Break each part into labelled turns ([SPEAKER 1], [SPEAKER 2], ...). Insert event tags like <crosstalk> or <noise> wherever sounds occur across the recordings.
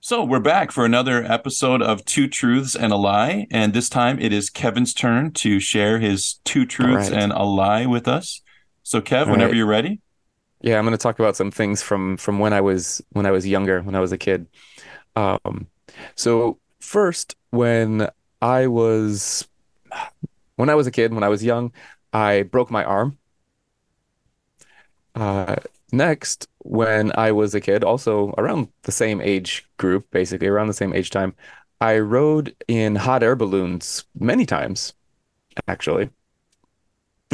[SPEAKER 1] So we're back for another episode of Two Truths and a Lie, and this time it is Kevin's turn to share his two truths
[SPEAKER 2] right.
[SPEAKER 1] and a lie with us. So Kev,
[SPEAKER 2] All
[SPEAKER 1] whenever
[SPEAKER 2] right.
[SPEAKER 1] you're ready.
[SPEAKER 2] Yeah, I'm going to talk about some things from from when I was when I was younger, when I was a kid. Um, so first, when I was when I was a kid, when I was young, I broke my arm. Uh, next, when I was a kid, also around the same age group, basically around the same age time, I rode in hot air balloons many times, actually.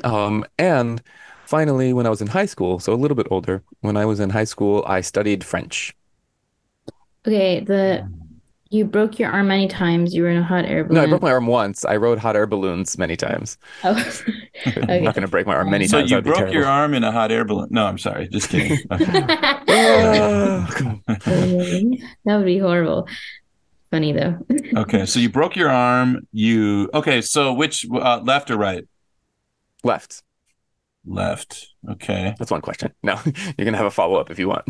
[SPEAKER 2] Um, and finally, when I was in high school, so a little bit older, when I was in high school, I studied French.
[SPEAKER 3] Okay, the you broke your arm many times. You were in a hot air
[SPEAKER 2] No, I
[SPEAKER 3] balloon.
[SPEAKER 2] broke my arm once. I rode hot air balloons many times.
[SPEAKER 3] Oh,
[SPEAKER 2] I'm
[SPEAKER 3] okay.
[SPEAKER 2] not going to break my arm many
[SPEAKER 1] so
[SPEAKER 2] times.
[SPEAKER 1] you
[SPEAKER 2] That would be
[SPEAKER 1] broke
[SPEAKER 2] <laughs>
[SPEAKER 1] your
[SPEAKER 2] terrible.
[SPEAKER 1] arm in a hot air balloon. No, I'm sorry, just
[SPEAKER 2] <laughs>
[SPEAKER 1] kidding. Okay.
[SPEAKER 2] Ah, come on.
[SPEAKER 3] Oh. <laughs> That would be horrible. Funny though.
[SPEAKER 1] okay, so you broke your arm. You okay? So which uh, left or right?
[SPEAKER 2] Left.
[SPEAKER 1] Left. Okay.
[SPEAKER 2] That's one question. No, <laughs> you're going to have a follow up if you want.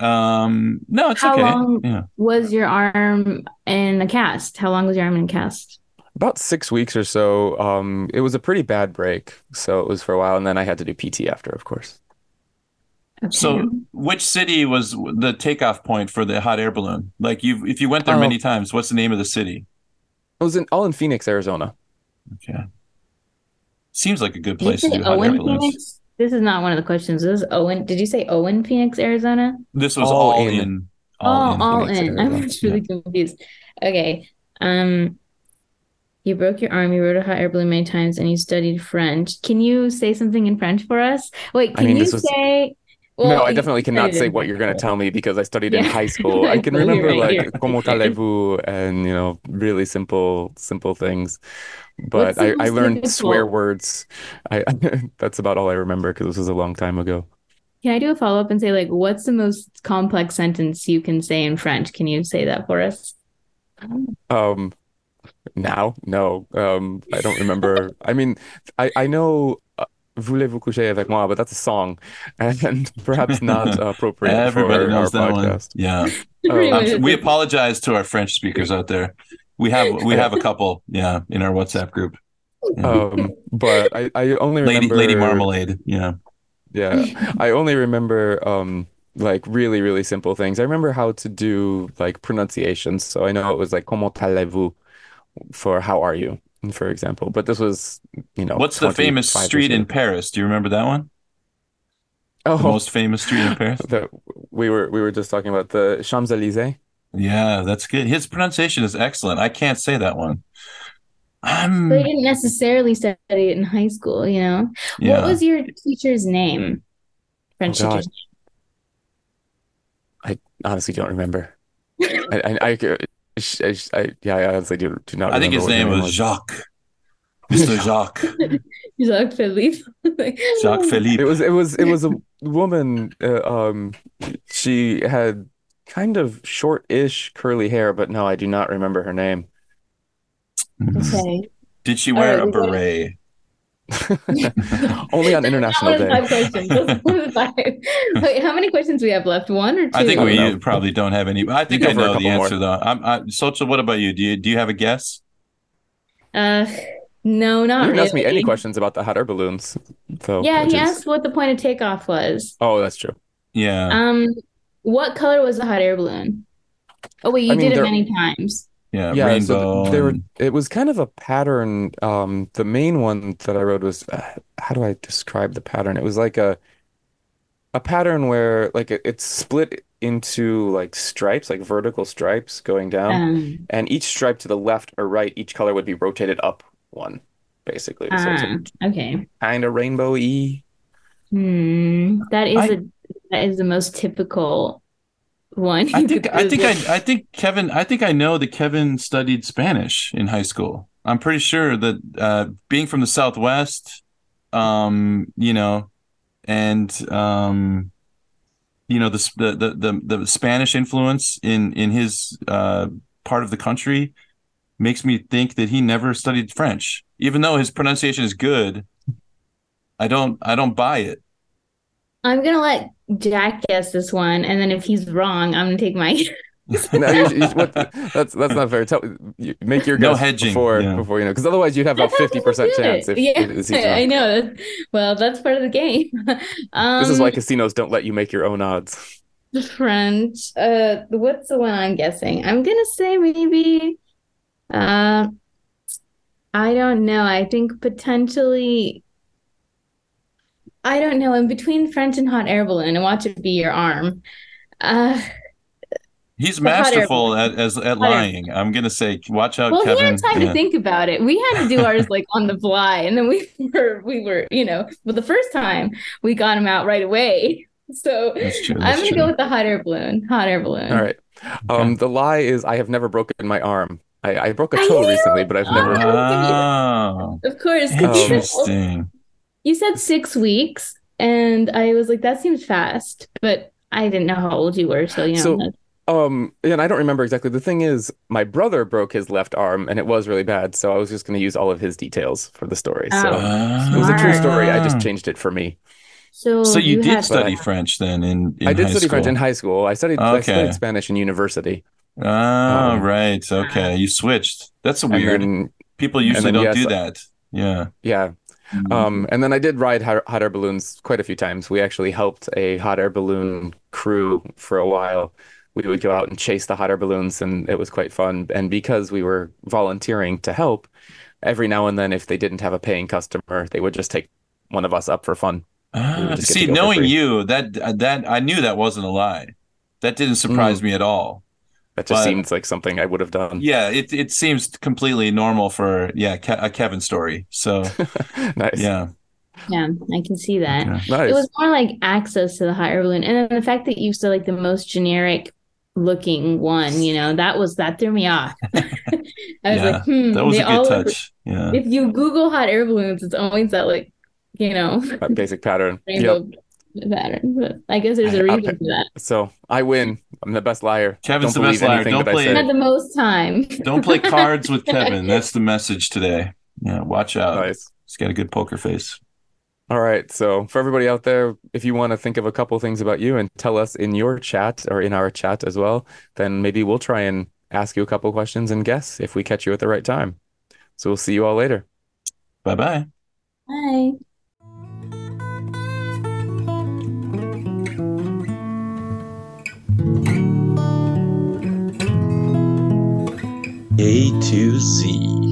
[SPEAKER 1] Um. No, it's
[SPEAKER 3] How
[SPEAKER 1] okay.
[SPEAKER 3] long-
[SPEAKER 1] Yeah.
[SPEAKER 3] Was your arm in a cast? How long was your arm in a cast?
[SPEAKER 2] About six weeks or so, um, it was a pretty bad break. So it was for a while. And then I had to do PT after, of course.
[SPEAKER 3] Okay.
[SPEAKER 1] So which city was the takeoff point for the hot air balloon? Like you, if you went there
[SPEAKER 2] Oh.
[SPEAKER 1] many times, what's the name of the city?
[SPEAKER 2] It was in, all in Phoenix, Arizona.
[SPEAKER 1] Okay. Seems like a good
[SPEAKER 3] Did you
[SPEAKER 1] place to
[SPEAKER 3] say
[SPEAKER 1] do hot air
[SPEAKER 3] Owen
[SPEAKER 1] balloons.
[SPEAKER 3] Phoenix? This is not one of the questions. This is Owen. Did you say Owen Phoenix, Arizona?
[SPEAKER 1] This was all,
[SPEAKER 2] All
[SPEAKER 1] in.
[SPEAKER 2] in.
[SPEAKER 3] Oh, all
[SPEAKER 2] Phoenix,
[SPEAKER 3] in. I'm
[SPEAKER 2] Arizona.
[SPEAKER 3] just really confused. Okay. Um, you broke your arm, you rode a hot air balloon many times, and you studied French. Can you say something in French for us? Wait,
[SPEAKER 2] I
[SPEAKER 3] can
[SPEAKER 2] mean,
[SPEAKER 3] you
[SPEAKER 2] this was-
[SPEAKER 3] say?
[SPEAKER 2] No,
[SPEAKER 3] Well,
[SPEAKER 2] I
[SPEAKER 3] you
[SPEAKER 2] definitely cannot
[SPEAKER 3] studied
[SPEAKER 2] say
[SPEAKER 3] in
[SPEAKER 2] what you're going to
[SPEAKER 3] French.
[SPEAKER 2] tell me because I studied in
[SPEAKER 3] Yeah. <laughs>
[SPEAKER 2] high school. I can
[SPEAKER 3] You're
[SPEAKER 2] remember
[SPEAKER 3] right,
[SPEAKER 2] like
[SPEAKER 3] you're <laughs> right.
[SPEAKER 2] "Comment allez-vous" and you know really simple simple things,
[SPEAKER 3] What's
[SPEAKER 2] but
[SPEAKER 3] the
[SPEAKER 2] I, I
[SPEAKER 3] most
[SPEAKER 2] learned swear
[SPEAKER 3] difficult?
[SPEAKER 2] words. I <laughs> that's about all I remember because this was a long time ago.
[SPEAKER 3] Can I do a follow up and say like, what's the most complex sentence you can say in French? Can you say that for us?
[SPEAKER 2] Um, now, no, um, I don't remember. I mean, I I know uh, "Voulez-vous coucher avec moi," but that's a song, <laughs> and perhaps
[SPEAKER 1] <laughs>
[SPEAKER 2] not appropriate
[SPEAKER 1] Everybody
[SPEAKER 2] for
[SPEAKER 1] knows
[SPEAKER 2] our
[SPEAKER 1] that one.
[SPEAKER 2] podcast.
[SPEAKER 1] Yeah.
[SPEAKER 3] <laughs>
[SPEAKER 2] Oh, I'm
[SPEAKER 3] Everyone
[SPEAKER 1] Um,
[SPEAKER 3] is
[SPEAKER 1] we
[SPEAKER 3] like,
[SPEAKER 1] apologize to our French speakers out there. We have we have a couple. Yeah, in our WhatsApp group. Yeah.
[SPEAKER 2] Um, but I I only
[SPEAKER 1] Lady Lady
[SPEAKER 2] remember.
[SPEAKER 1] Marmalade. Yeah. <laughs>
[SPEAKER 2] Yeah, I only remember um like really really simple things. I remember how to do like pronunciations. So I know it was like "Comment allez-vous" for "How are you," for example. But this was, you know,
[SPEAKER 1] What's the famous
[SPEAKER 2] 25 years
[SPEAKER 1] street in
[SPEAKER 2] ago.
[SPEAKER 1] Paris? Do you remember that one?
[SPEAKER 2] Oh, <laughs>
[SPEAKER 1] The most famous street in Paris.
[SPEAKER 2] that we were we were just talking about the Champs-Élysées.
[SPEAKER 1] Yeah, that's good. His pronunciation is excellent. I can't say that one. I'm
[SPEAKER 3] But you didn't necessarily study it in high school, you know?
[SPEAKER 1] yeah.
[SPEAKER 3] What was your teacher's name? French
[SPEAKER 2] Oh, God.
[SPEAKER 3] teacher's
[SPEAKER 2] Honestly, don't
[SPEAKER 1] <laughs>
[SPEAKER 2] remember. I I, I, I, I yeah, I honestly do do not
[SPEAKER 1] I think
[SPEAKER 2] remember
[SPEAKER 1] his
[SPEAKER 2] what her
[SPEAKER 1] name was Jacques. Mr. Jacques.
[SPEAKER 3] <laughs> Jacques Philippe.
[SPEAKER 1] Jacques Philippe.
[SPEAKER 2] It was it was it was a woman. Uh, um, she had kind of short-ish curly hair, but no, I do not remember her name.
[SPEAKER 3] Okay.
[SPEAKER 1] Did she wear
[SPEAKER 3] All
[SPEAKER 1] a
[SPEAKER 3] right, we
[SPEAKER 1] beret?
[SPEAKER 3] <laughs>
[SPEAKER 2] Only on International
[SPEAKER 3] That
[SPEAKER 2] Day.
[SPEAKER 3] was five questions. Those were the five.
[SPEAKER 2] <laughs>
[SPEAKER 3] Wait, how many questions we have left? One or two?
[SPEAKER 1] I think
[SPEAKER 2] I
[SPEAKER 1] we
[SPEAKER 2] don't know.
[SPEAKER 1] probably don't have any. I think
[SPEAKER 2] go
[SPEAKER 1] I
[SPEAKER 2] for a
[SPEAKER 1] know the
[SPEAKER 2] couple more.
[SPEAKER 1] answer though. I'm I, Socha. What about you? Do you do you have a guess?
[SPEAKER 3] Uh, no,
[SPEAKER 2] You
[SPEAKER 3] not
[SPEAKER 2] didn't ask me any
[SPEAKER 3] really.
[SPEAKER 2] questions about the hot air balloons, though.
[SPEAKER 3] Yeah,
[SPEAKER 2] which
[SPEAKER 3] he
[SPEAKER 2] is-
[SPEAKER 3] asked what the point of takeoff was.
[SPEAKER 2] Oh, that's true. Uh,
[SPEAKER 1] Yeah,
[SPEAKER 3] Um, what color was the hot air balloon? Oh wait, you
[SPEAKER 2] I mean,
[SPEAKER 3] did it
[SPEAKER 2] there-
[SPEAKER 3] many times.
[SPEAKER 1] yeah.
[SPEAKER 2] Yeah, so
[SPEAKER 1] rainbow.
[SPEAKER 2] th- they were.
[SPEAKER 1] and-
[SPEAKER 2] It was kind of a pattern. Um, the main one that I wrote was uh, how do I describe the pattern? It was like a a pattern where like it, it's split into like stripes, like vertical stripes going down.
[SPEAKER 3] Um,
[SPEAKER 2] and each stripe to the left or right, each color would be rotated up one, basically. So it's
[SPEAKER 3] ah, okay. <laughs>
[SPEAKER 2] kind of rainbow-y.
[SPEAKER 3] Hmm, that is
[SPEAKER 1] I-
[SPEAKER 3] a that is the most typical one.
[SPEAKER 1] I
[SPEAKER 3] you
[SPEAKER 1] think
[SPEAKER 3] could
[SPEAKER 1] I
[SPEAKER 3] <laughs>
[SPEAKER 1] think
[SPEAKER 3] visit.
[SPEAKER 1] I I think Kevin I think I know that Kevin studied Spanish in high school. I'm pretty sure that uh, being from the Southwest, um, you know, and um, you know the s- the the the, the Spanish influence in in his uh, part of the country makes me think that he never studied French, even though his pronunciation is good. I don't I don't buy it.
[SPEAKER 3] I'm gonna let Jack guess this one, and then if he's wrong, I'm gonna take my.
[SPEAKER 2] No, you, you, what, that's that's not fair. Tell you, make your
[SPEAKER 1] No
[SPEAKER 2] guess
[SPEAKER 1] hedging,
[SPEAKER 2] before
[SPEAKER 1] yeah.
[SPEAKER 2] before you know, because otherwise you'd have about
[SPEAKER 3] That's how
[SPEAKER 2] fifty percent
[SPEAKER 3] people do
[SPEAKER 2] chance if,
[SPEAKER 3] it. yeah,
[SPEAKER 2] if it's easy
[SPEAKER 3] I
[SPEAKER 2] enough.
[SPEAKER 3] know. Well, that's part of the game. <laughs> um,
[SPEAKER 2] This is why casinos don't let you make your own odds.
[SPEAKER 3] the French. Uh, what's the one I'm guessing? I'm gonna say maybe. Uh, I don't know. I think potentially. I don't know. In between French and hot air balloon, and watch it be your arm. Uh,
[SPEAKER 1] He's
[SPEAKER 3] The hotter-
[SPEAKER 1] masterful at as at lying. I'm gonna say, watch out,
[SPEAKER 3] well,
[SPEAKER 1] Oh, Kevin.
[SPEAKER 3] we had time
[SPEAKER 1] Yeah.
[SPEAKER 3] to think about it. We had to
[SPEAKER 1] <laughs>
[SPEAKER 3] do ours like on the fly, and then we <laughs> were we were you know. Well, the first time we got him out right away. <laughs> So
[SPEAKER 1] That's true.
[SPEAKER 3] I'm
[SPEAKER 1] That's
[SPEAKER 3] gonna
[SPEAKER 1] true.
[SPEAKER 3] go with the hot air balloon. Hot air balloon.
[SPEAKER 2] All right. Um, the lie is I have never broken my arm. I, I broke a
[SPEAKER 3] I
[SPEAKER 2] toe
[SPEAKER 3] know!
[SPEAKER 2] recently, but I've never.
[SPEAKER 3] Ah.
[SPEAKER 1] Wow.
[SPEAKER 3] Of course.
[SPEAKER 2] Interesting.
[SPEAKER 1] Oh, Interesting.
[SPEAKER 3] You said six weeks, and I was like, that seems fast, but I didn't know how old you were, so you know.
[SPEAKER 2] So-
[SPEAKER 3] that's-
[SPEAKER 2] Um, and I don't remember exactly. The thing is, my brother broke his left arm, and it was really bad. So I was just going to use all of his details for the story. So
[SPEAKER 3] Oh.
[SPEAKER 2] it was a true
[SPEAKER 3] Smart. Oh,
[SPEAKER 2] story. I
[SPEAKER 1] Ah.
[SPEAKER 2] just changed it for me.
[SPEAKER 3] so
[SPEAKER 1] So you, did
[SPEAKER 3] have-
[SPEAKER 1] study French then in, in
[SPEAKER 2] I did
[SPEAKER 1] high
[SPEAKER 2] study
[SPEAKER 1] school.
[SPEAKER 2] French in high school. I studied I
[SPEAKER 1] Okay.
[SPEAKER 2] studied Spanish in university.
[SPEAKER 1] Oh, right. Okay. You switched. That's
[SPEAKER 2] And
[SPEAKER 1] weird.
[SPEAKER 2] then
[SPEAKER 1] People usually
[SPEAKER 2] then,
[SPEAKER 1] don't
[SPEAKER 2] yes,
[SPEAKER 1] do
[SPEAKER 2] I-
[SPEAKER 1] that. Yeah. Mm.
[SPEAKER 2] yeah. Um, and then I did ride hot, hot air balloons quite a few times. We actually helped a hot air balloon crew for a while. We would go out and chase the hot air balloons, and it was quite fun. And because we were volunteering to help, every now and then, if they didn't have a paying customer, they would just take one of us up for fun.
[SPEAKER 1] Ah,
[SPEAKER 2] would just get to
[SPEAKER 1] see,
[SPEAKER 2] go for
[SPEAKER 1] knowing
[SPEAKER 2] free.
[SPEAKER 1] you, that that I knew that wasn't a lie. That didn't surprise
[SPEAKER 2] Mm.
[SPEAKER 1] me at all.
[SPEAKER 2] That just
[SPEAKER 1] But-
[SPEAKER 2] seems like something I would have done.
[SPEAKER 1] Yeah, it it seems completely normal for yeah, Ke- a Kevin story.
[SPEAKER 2] <laughs>
[SPEAKER 1] So,
[SPEAKER 2] Nice.
[SPEAKER 1] yeah.
[SPEAKER 3] yeah, I can see that.
[SPEAKER 1] Okay.
[SPEAKER 2] Nice.
[SPEAKER 3] It was more like access to the hot air balloon, and then the fact that you said like the most generic looking one, you know, that was that threw me off. <laughs> I was
[SPEAKER 1] Yeah,
[SPEAKER 3] like, hmm,
[SPEAKER 1] That was
[SPEAKER 3] they
[SPEAKER 1] a good
[SPEAKER 3] all look-
[SPEAKER 1] touch. Yeah.
[SPEAKER 3] If you Google hot air balloons, it's always that like, you know, <laughs>
[SPEAKER 2] That basic pattern. Yep.
[SPEAKER 3] rainbow pattern. But I guess there's a
[SPEAKER 2] I- I-
[SPEAKER 3] reason for that.
[SPEAKER 2] So I win. I'm the best liar.
[SPEAKER 1] Kevin's
[SPEAKER 2] Don't
[SPEAKER 1] the best
[SPEAKER 2] believe
[SPEAKER 1] liar.
[SPEAKER 2] anything
[SPEAKER 1] Don't
[SPEAKER 2] that I
[SPEAKER 1] play
[SPEAKER 2] say.
[SPEAKER 3] Had the most time. <laughs>
[SPEAKER 1] Don't play cards with Kevin. That's the message today. Yeah, watch out.
[SPEAKER 2] Nice.
[SPEAKER 1] He's got a good poker face.
[SPEAKER 2] All right. So for everybody out there, if you want to think of a couple things about you and tell us in your chat or in our chat as well, then maybe we'll try and ask you a couple questions and guess if we catch you at the right time. So we'll see you all later.
[SPEAKER 1] Bye bye.
[SPEAKER 3] Bye.
[SPEAKER 4] A to Z.